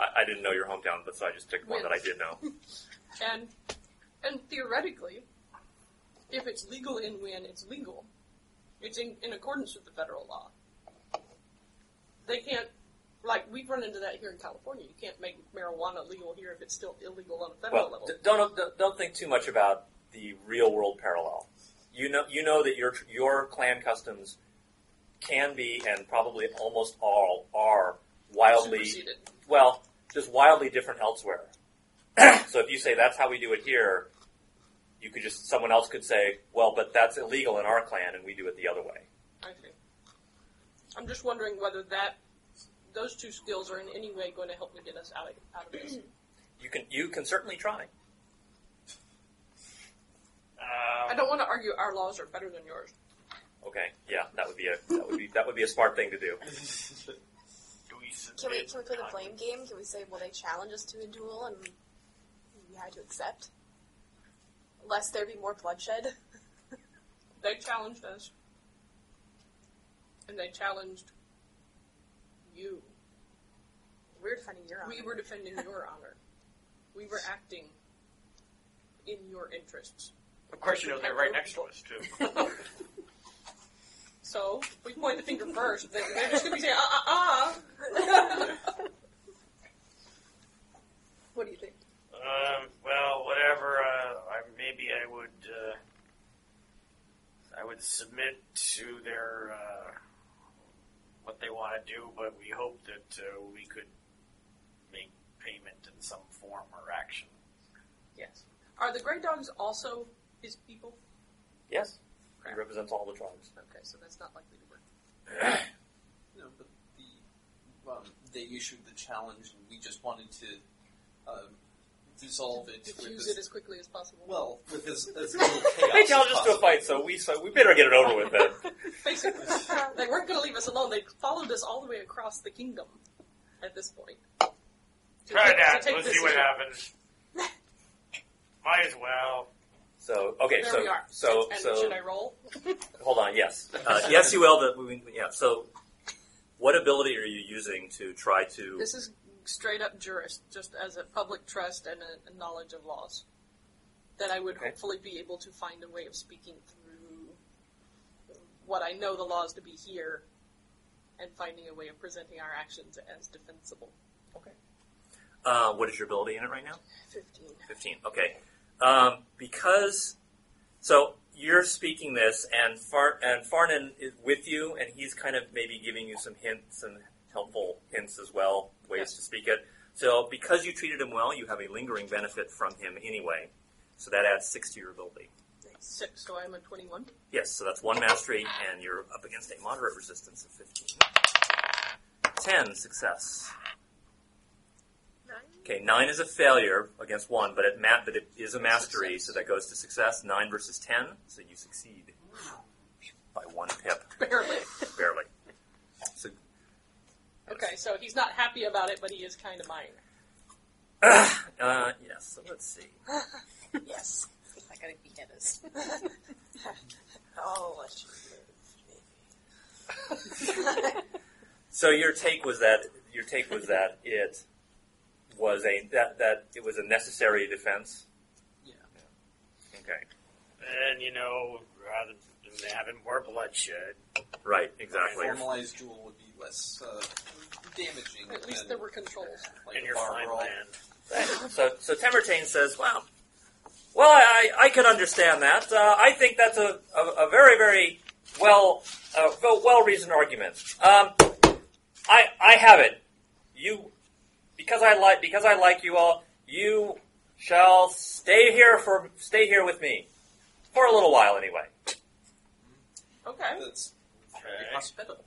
I, I didn't know your hometown, but so I just picked one that I did know. And and theoretically, if it's legal in Wynn, it's legal. It's in, in accordance with the federal law. They can't, like, we've run into that here in California. You can't make marijuana legal here if it's still illegal on a federal Well, level. d- don't, don't don't think too much about the real world parallel. You know you know that your tr- your clan customs can be and probably almost all are wildly Superseded. well just wildly different elsewhere. [CLEARS THROAT] so if you say that's how we do it here, you could just someone else could say, well, but that's illegal in our clan and we do it the other way. I see. I'm just wondering whether that those two skills are in any way going to help me get us out of, out of this. You can you can certainly try. I Um, don't want to argue our laws are better than yours. Okay, yeah, that would be a that would be that would be a smart thing to do. do we submit Can we can we play the con- blame game? Can we say, well, they challenge us to a duel and we had to accept, lest there be more bloodshed? They challenged us, and they challenged you. [LAUGHS] We're defending your honor. We were [LAUGHS] defending your honor. We were acting in your [LAUGHS] interests. Of course, you know they're right next to us too. So we point the finger first. They, they're just going to be saying, "Uh, uh, uh." [LAUGHS] what do you think? Um, well, whatever. Uh, I, maybe I would. Uh, I would submit to their uh, what they want to do, but we hope that uh, we could make payment in some form or action. Yes. Are the gray dogs also his people? Yes, he represents all the tribes. Okay, so that's not likely to work. No, but the um, they issued the challenge, and we just wanted to um, dissolve it. with Diffuse as- it as quickly as possible. well, with as, as little chaos. They challenged as us to a possible. fight, so we so we better get it over with then. Basically, they weren't going to leave us alone. They followed us all the way across the kingdom at this point. To Try take- to that. take We'll this see what issue. happens. Might as well. So okay, There so we are. so and so should I roll? hold on. [LAUGHS] Yes, uh, yes, you will. That we, yeah. So, what ability are you using to try to? This is straight up jurist, just as a public trust and a, a knowledge of laws. That I would Okay. hopefully be able to find a way of speaking through what I know the laws to be here and finding a way of presenting our actions as defensible. Uh, what is your ability in it right now? 15. Fifteen. Okay, um, because so you're speaking this, and Far and Farnan is with you, and he's kind of maybe giving you some hints and helpful hints as well, ways Yes. to speak it. So because you treated him well, you have a lingering benefit from him anyway. So that adds six to your ability. Six, so I'm a 21. Yes, so that's one mastery, and you're up against a moderate resistance of 15. 10 success. Nine? Okay, 9 is a failure against 1, but it, ma- but it is a mastery, so that goes to success. 9 versus 10, so you succeed by one pip, [LAUGHS] Barely. barely. So, Okay, so he's not happy about it, but he is kind of mine. uh, yes, so let's see. Yes. I gotta be [LAUGHS] Dennis. Oh, what you did. So your take was that your take was that it was a that that it was a necessary defense. Yeah. Okay. And you know, rather than having more bloodshed, Right. Exactly. Formalized duel would be less uh, damaging. At least than, [LAUGHS] [LAUGHS] there were controls. like in a your bar fine brawl. land. So so Temertane says, "Wow, well, I I, I could understand that. Uh, I think that's a, a, a very very well uh, well reasoned argument. Um, I I have it. You because I like because I like you all. You shall stay here for stay here with me for a little while anyway. Okay. That's very Okay. hospitable.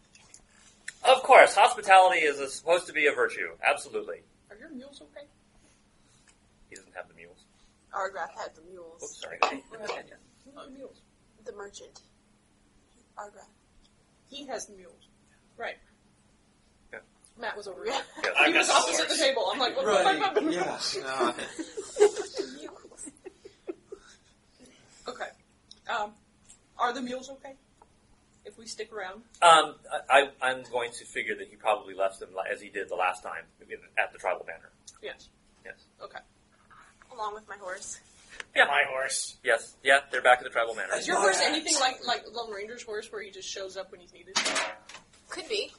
Of course, hospitality is a, supposed to be a virtue. Absolutely. Are your mules okay? He doesn't have the mules. Argrath had the Oops, mules. sorry. Who are the mules? The merchant. Argrath. He has the mules. Right. Yeah. Matt was over here. Yes. [LAUGHS] he was opposite the table. I'm like, what [LAUGHS] the [LAUGHS] fuck happened? yeah. No, Okay. Um, are the mules okay? If we stick around? Um, I, I- I'm going to figure that he probably left them li- as he did the last time in- at the tribal banner. Yes. Yes. Okay. Along with my horse. Yeah. My horse. Yes. Yeah. They're back at the tribal banner. Is your horse anything like like Lone Ranger's horse where he just shows up when he's needed? Could be.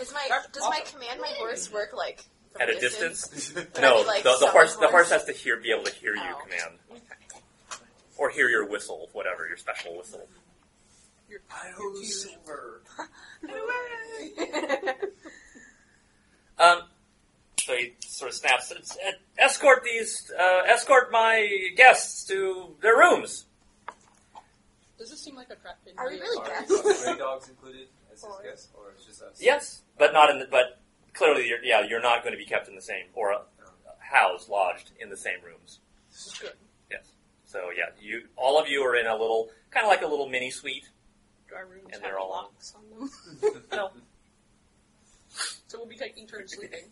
Is my That's does my awesome. command my horse work like from At a distance? Could I No. be, like, the, the summon horse. The horse has to hear, be able to hear you Oh. command, Okay. or hear your whistle, whatever your special whistle. Your, I owe [LAUGHS] silver. Um, so he sort of snaps. "Es- Escort these. Uh, escort my guests to their rooms. does this seem like a trap? to Are we you? really Or- guests? Are stray dogs included as his Or- guests, or it's just us? Yes, but not in the. But clearly, you're, yeah, you're not going to be kept in the same or uh, housed, lodged in the same rooms. This is good. Yes. So yeah, you all of you are in a little, kind of like a little mini suite. Do our rooms And have they're all- locks on [LAUGHS] them? No. so we'll be taking [LAUGHS] turns sleeping.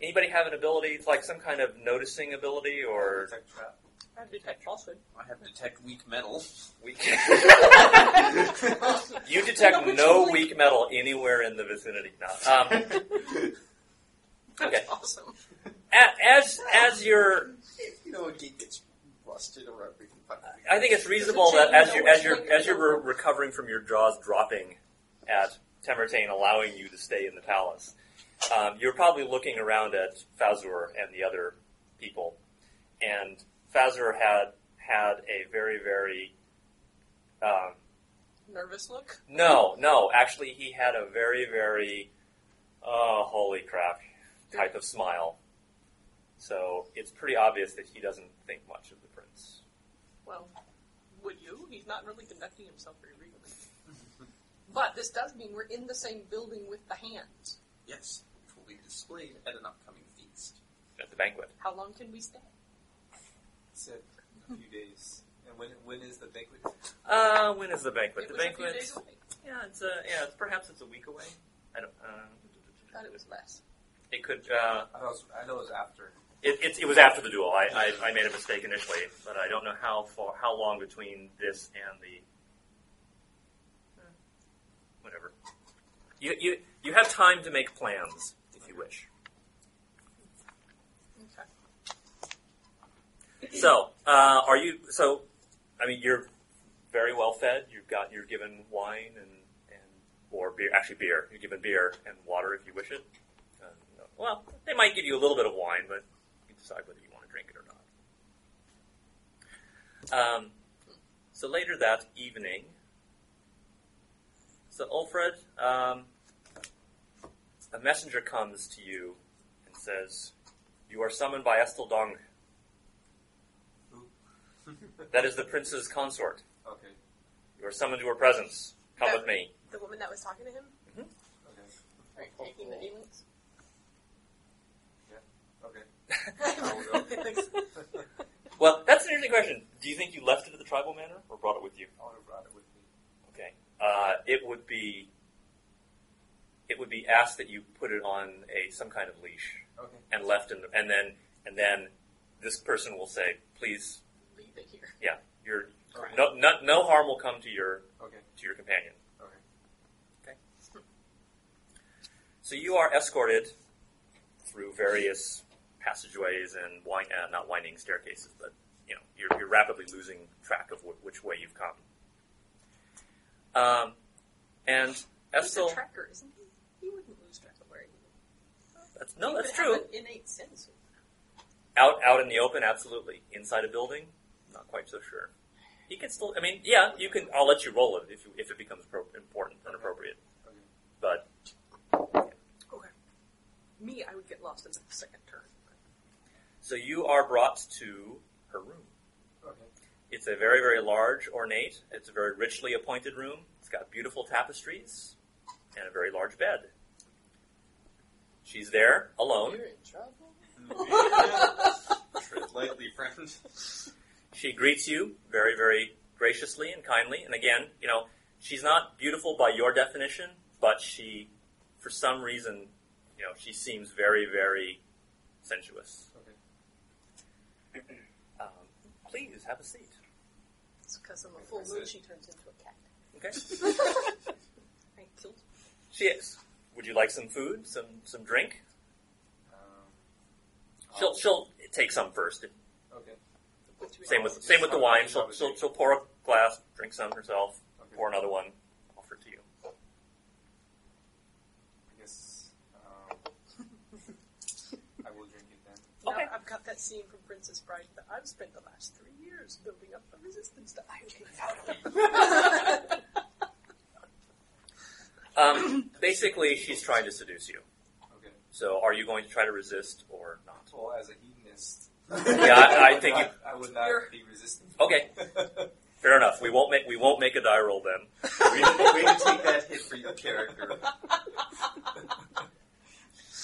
Anybody have an ability, like some kind of noticing ability [LAUGHS] or Detect trap. I have to detect falsehood. I have detect weak metal. weak? That's you detect No, no it's weak metal anywhere in the vicinity. [LAUGHS] No. Um, Okay. awesome. a- as as you're, you know, a gate gets rusted or everything. I think it's reasonable that as you as you're as you're re- recovering from your jaws dropping at Temertane, allowing you to stay in the palace, um, you're probably looking around at Fazur and the other people, and Fazur had had a very very um, Nervous look. no no actually he had a very very oh holy crap type of smile. So it's pretty obvious that he doesn't think much of the prince. Well, would you? He's not really conducting himself very reasonably. [LAUGHS] But this does mean we're in the same building with the hands. Yes, which will be displayed at an upcoming feast. At the banquet, How long can we stay? Said a few days. And when when is the banquet? uh, when is the banquet? it the was a few banquet. days away. Yeah, it's a, yeah. It's, perhaps it's a week away. I don't. I Uh, thought it was less. it could. Uh, I, was, I know it was [LAUGHS] after. it, it, it was after the duel. I, I, I made a mistake initially, but I don't know how far, how long between this and the whatever. You you you have time to make plans if you wish. Okay. So uh, are you? So I mean, you're very well fed. You've got you're given wine and and or beer. Actually, beer. You're given beer and water if you wish it. Uh, no- well, they might give you a little bit of wine, but you decide whether you want to drink it or not. Um, so later that evening, so Ulfred, um, a messenger comes to you and says, "You are summoned by Estel Dong. That is the prince's consort. Okay. You are summoned to her presence. Come with me." The woman that was talking to him? Okay. Are Oh, you taking the [LAUGHS] demons? Okay. [LAUGHS] Well, that's an interesting question. Do you think you left it at the tribal manor or brought it with you? I would have brought it with me. Okay. Uh, it would be. It would be asked that you put it on a some kind of leash Okay. and left in the, and then and then this person will say, please, Leave it here. yeah, you're, Alright. no, no, no harm will come to your Okay. to your companion. Okay. Okay. So you are escorted through various passageways and wind, uh, not winding staircases, but you know you're, you're rapidly losing track of wh- which way you've come. Um, and He's a Estel, tracker, isn't he? He wouldn't lose track of where he is. that's, no, He that's would true. Have an innate sense. Out, out in the open, absolutely. Inside a building, not quite so sure. You can still, I mean, yeah, you can. I'll let you roll it if you, if it becomes pro- important and appropriate. Okay. But Okay. Me, I would get lost in the second turn. So you are brought to her room. Okay. It's a very, very large, ornate. It's a very richly appointed room. It's got beautiful tapestries and a very large bed. She's there alone. You're in trouble. Tread lightly, friend. She greets you very, very graciously and kindly. And again, you know, she's not beautiful by your definition, but she, for some reason, you know, she seems very, very sensuous. Okay. Um, please have a seat. It's because I'm a full moon. She turns into [LAUGHS] a cat. Okay. I killed. She is. Would you like some food, some some drink? Um, She'll she'll take some first. okay. Put you in- Same with same with the wine. She'll she'll, she'll pour a glass, drink some herself, Okay. pour another one, offer it to you. I guess um, I will drink it then. Now Okay. I've got that scene from Princess Bride that I've spent the last three years building up a resistance to. I came out of Um, basically, she's trying to seduce you. Okay. So, are you going to try to resist or not? Well, as a hedonist, Yeah, I- I think Oh. would not- I would not You're- be resistant. Okay, fair enough. We won't make we won't make a die roll then. [LAUGHS] Way to way to take that hit for your character.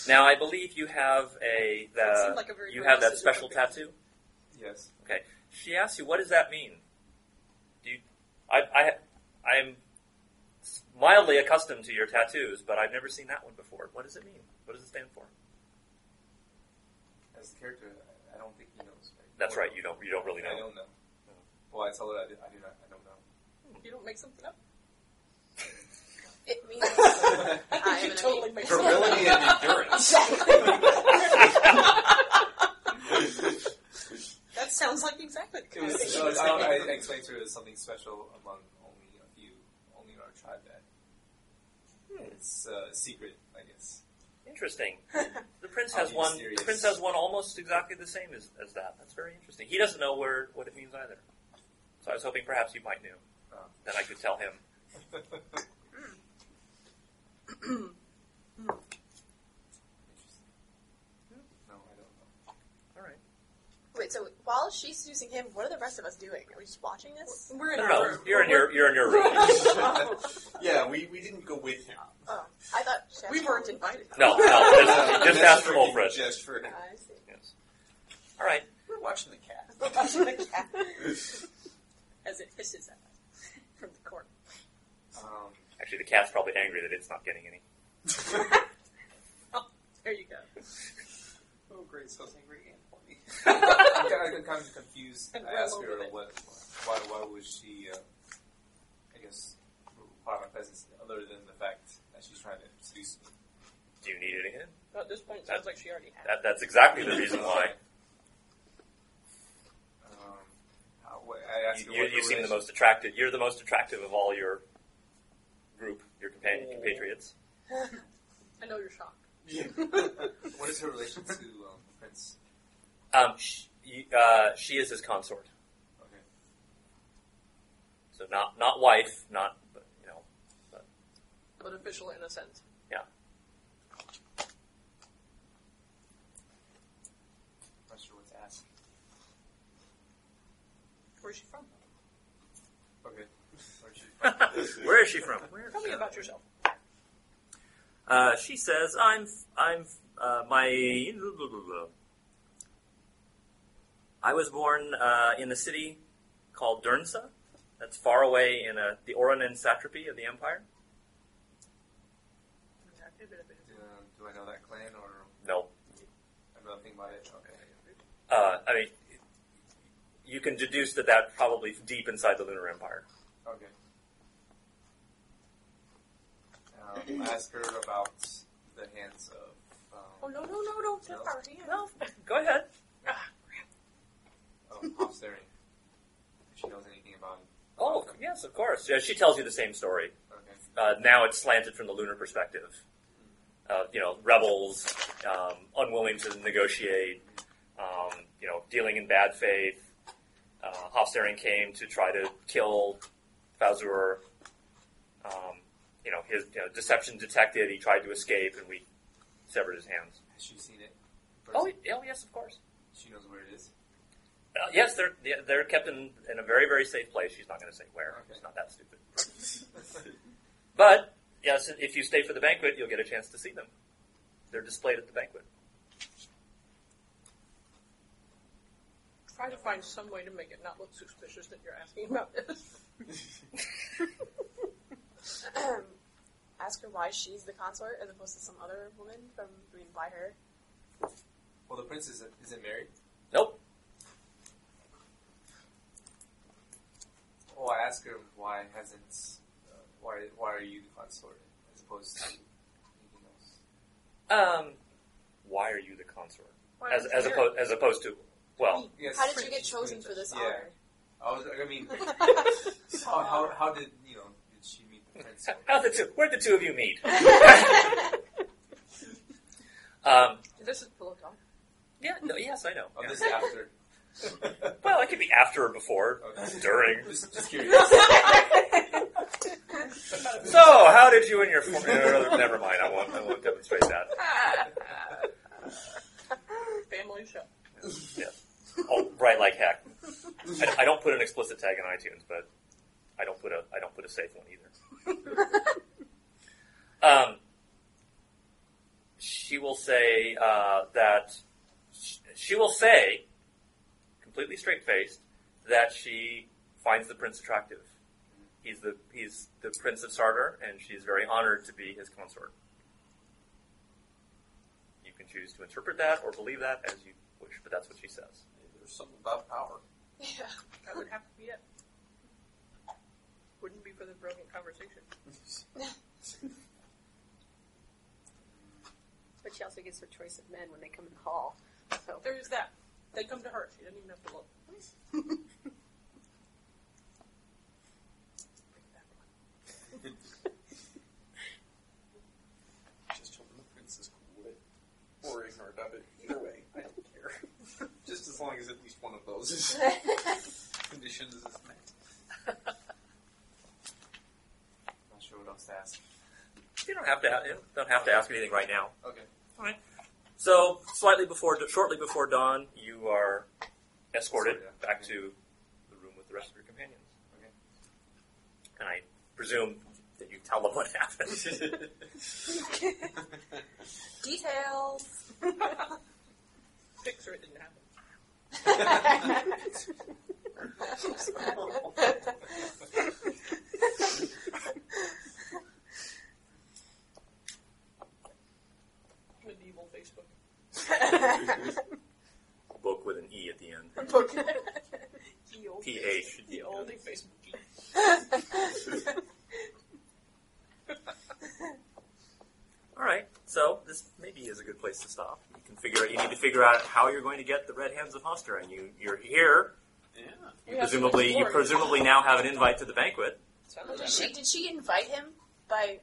Now, I believe you have a That seemed the, like a very Uh, you good have that decision. special tattoo. Yes. Okay. She asks you, "What does that mean?" Do you, I, I, I'm mildly accustomed to your tattoos, but I've never seen that one before. What does it mean? What does it stand for? As a character, I- I don't think he knows. Right? That's right. You don't. You don't really I know. don't know. Well, I tell her I do, I do not. I don't know. You don't make something up. It means [LAUGHS] [LAUGHS] I I am think you an amazing- totally make something up. Virility and endurance. [LAUGHS] That sounds like exactly the It kind of was, thing. no, I, I explained to her it was something special among only a few, only in our tribe that it's uh, secret, I [LAUGHS] guess. [LAUGHS] Interesting. The prince I'll has be one. mysterious. The prince has one almost exactly the same as, as that. That's very interesting. He doesn't know where what it means either. So I was hoping perhaps you might know. Oh. Then I could tell him. Interesting. No, I don't know. All right. wait. So while she's seducing him, what are the rest of us doing? Are we just watching this? We're in No, our no, room. You're in your. You're in your [LAUGHS] room. [LAUGHS] yeah, we, we didn't go with him. Oh, I thought she We asked- weren't [LAUGHS] invited. No, no. [LAUGHS] Uh, Just, just that's ask a for freaking Ulfred. Just for I see. Yes. All right. We're [LAUGHS] watching the cat. We're watching the cat. As it hisses at us [LAUGHS] from the court. Um, Actually, the cat's probably angry that it's not getting any. [LAUGHS] There you go. Oh, great. So angry and funny. [LAUGHS] I'm kind of, kind of confused. And I we're asked over her it. what, why, why was she, uh, I guess, part of my presence, other than the fact that she's trying to seduce me. Do you need anything? Well, at this point, it sounds like she already had. That, that's exactly the reason [LAUGHS] why. Um, how, wh- I asked You, her you, what you seem the relation- most attractive. You're the most attractive of all your group, your companion Oh. compatriots. I know you're shocked. What is her relation to um, Prince? Um, she, uh, she is his consort, Okay. so not not wife, not but, you know. But official in a sense. Not sure what to ask. Where's she from? Okay. Where'd [LAUGHS] [LAUGHS] she- Where is she from? Where? Tell me about yourself. Uh, she says, "I'm I'm uh, my." I was born uh, in a city called Dernsa. That's far away in uh the Oronin satrapy of the empire. Uh, do I know that clan or No. I know nothing about it? Okay. Uh, Uh, I mean, you can deduce that that's probably deep inside the Lunar Empire. Okay. Um, ask her about the hands of. Oh Um, no no no! Don't tip our hand. No. Go ahead. oh, Hofstering. If she knows anything about him. Oh, yes, of course. Yeah, she tells you the same story. Okay. Uh, now it's slanted from the lunar perspective. Uh, you know, rebels, um, unwilling to negotiate, um, you know, dealing in bad faith. Uh, Hofstering came to try to kill Fazur. Um, you know, his you know, deception detected. He tried to escape, and we severed his hands. Has she seen it? in Oh, person? oh yes, of course. She knows where it is. [LAUGHS] Uh, yes, they're they're kept in, in a very very safe place. She's not going to say where. Okay. She's not that stupid. But yes, if you stay for the banquet, you'll get a chance to see them. They're displayed at the banquet. Try to find some way to make it not look suspicious that you're asking about this. Ask her why she's the consort as opposed to some other woman from. I mean, why her? Well, the prince isn't, isn't married. Nope. Oh, I asked her why hasn't. Uh, why why are you the consort as opposed to anything else? Um, why are you the consort? Why As aren't as you here? opposed as opposed to well, Yes, How did you prince, get chosen for this yeah. honor? I was. [LAUGHS] I mean, how, how how did you know? Did she meet the prince? [LAUGHS] how the two where the two of you meet? um, This is pillow [LAUGHS] talk. yeah. No, yes, I know. Oh, Yeah. this is after. Well, it could be after or before, [LAUGHS] Okay. during. Just, [LAUGHS] just curious. So, how did you and your former? [LAUGHS] Never mind. I won't. I won't demonstrate that. Family show. Oh, right, like heck. I, I don't put an explicit tag in iTunes, but I don't put a I don't put a safe one either. um, she will say uh, that sh- she will say, completely straight faced, that she finds the prince attractive. He's the he's the prince of Sardar, and she's very honored to be his consort. You can choose to interpret that or believe that as you wish, but that's what she says. There's something about power. Yeah. That would have to be it. Wouldn't be for the brilliant conversation. But she also gets her choice of men when they come in the hall. So There's that. They come to her. She doesn't even have to look. Just hoping the prince is cool with it. Or ignorant of it. Either way, I don't care. Just as long as at least one of those conditions is met. Not sure what else to ask. You don't have to you don't have to ask anything right now. Okay. So slightly before, shortly before dawn, you are escorted Sorry, yeah. back to the room with the rest of your companions. Okay. And I presume that you tell them what [LAUGHS] happened. Details. [LAUGHS] Picture it didn't happen. Medieval Facebook. Book with an e at the end. The old, P H. the old Facebook. All right. So this maybe is a good place to stop. You can figure out. You need to figure out how you're going to get the red hands of Hoster, and you you're here. Yeah. We have to Presumably, you explore. presumably now have an invite to the banquet. Sounds Did like she, did she invite him by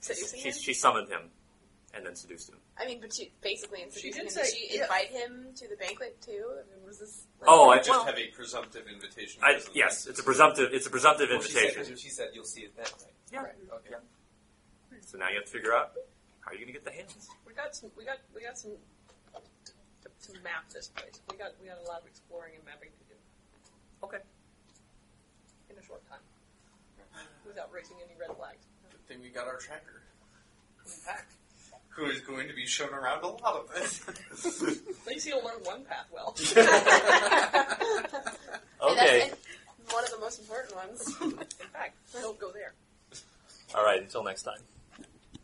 seducing She, him? she summoned him, and then seduced him. I mean, but she basically in She seducing him. did did say- she yeah. invite him to the banquet too? I mean, was this? Like, Oh, I I just well, have a presumptive invitation. I, doesn't it? yes, it's a presumptive. It's a presumptive Well, she said, invitation. she said you'll see it then, right? Yeah. Okay. So now you have to figure out how are you going to get the hands. We got some. We got. We got some. To, to map this place, we got. We got a lot of exploring and mapping to do. Okay. In a short time, without raising any red flags. Good thing we got our tracker. In fact, Who is going to be shown around a lot of at least he'll learn one path well. it.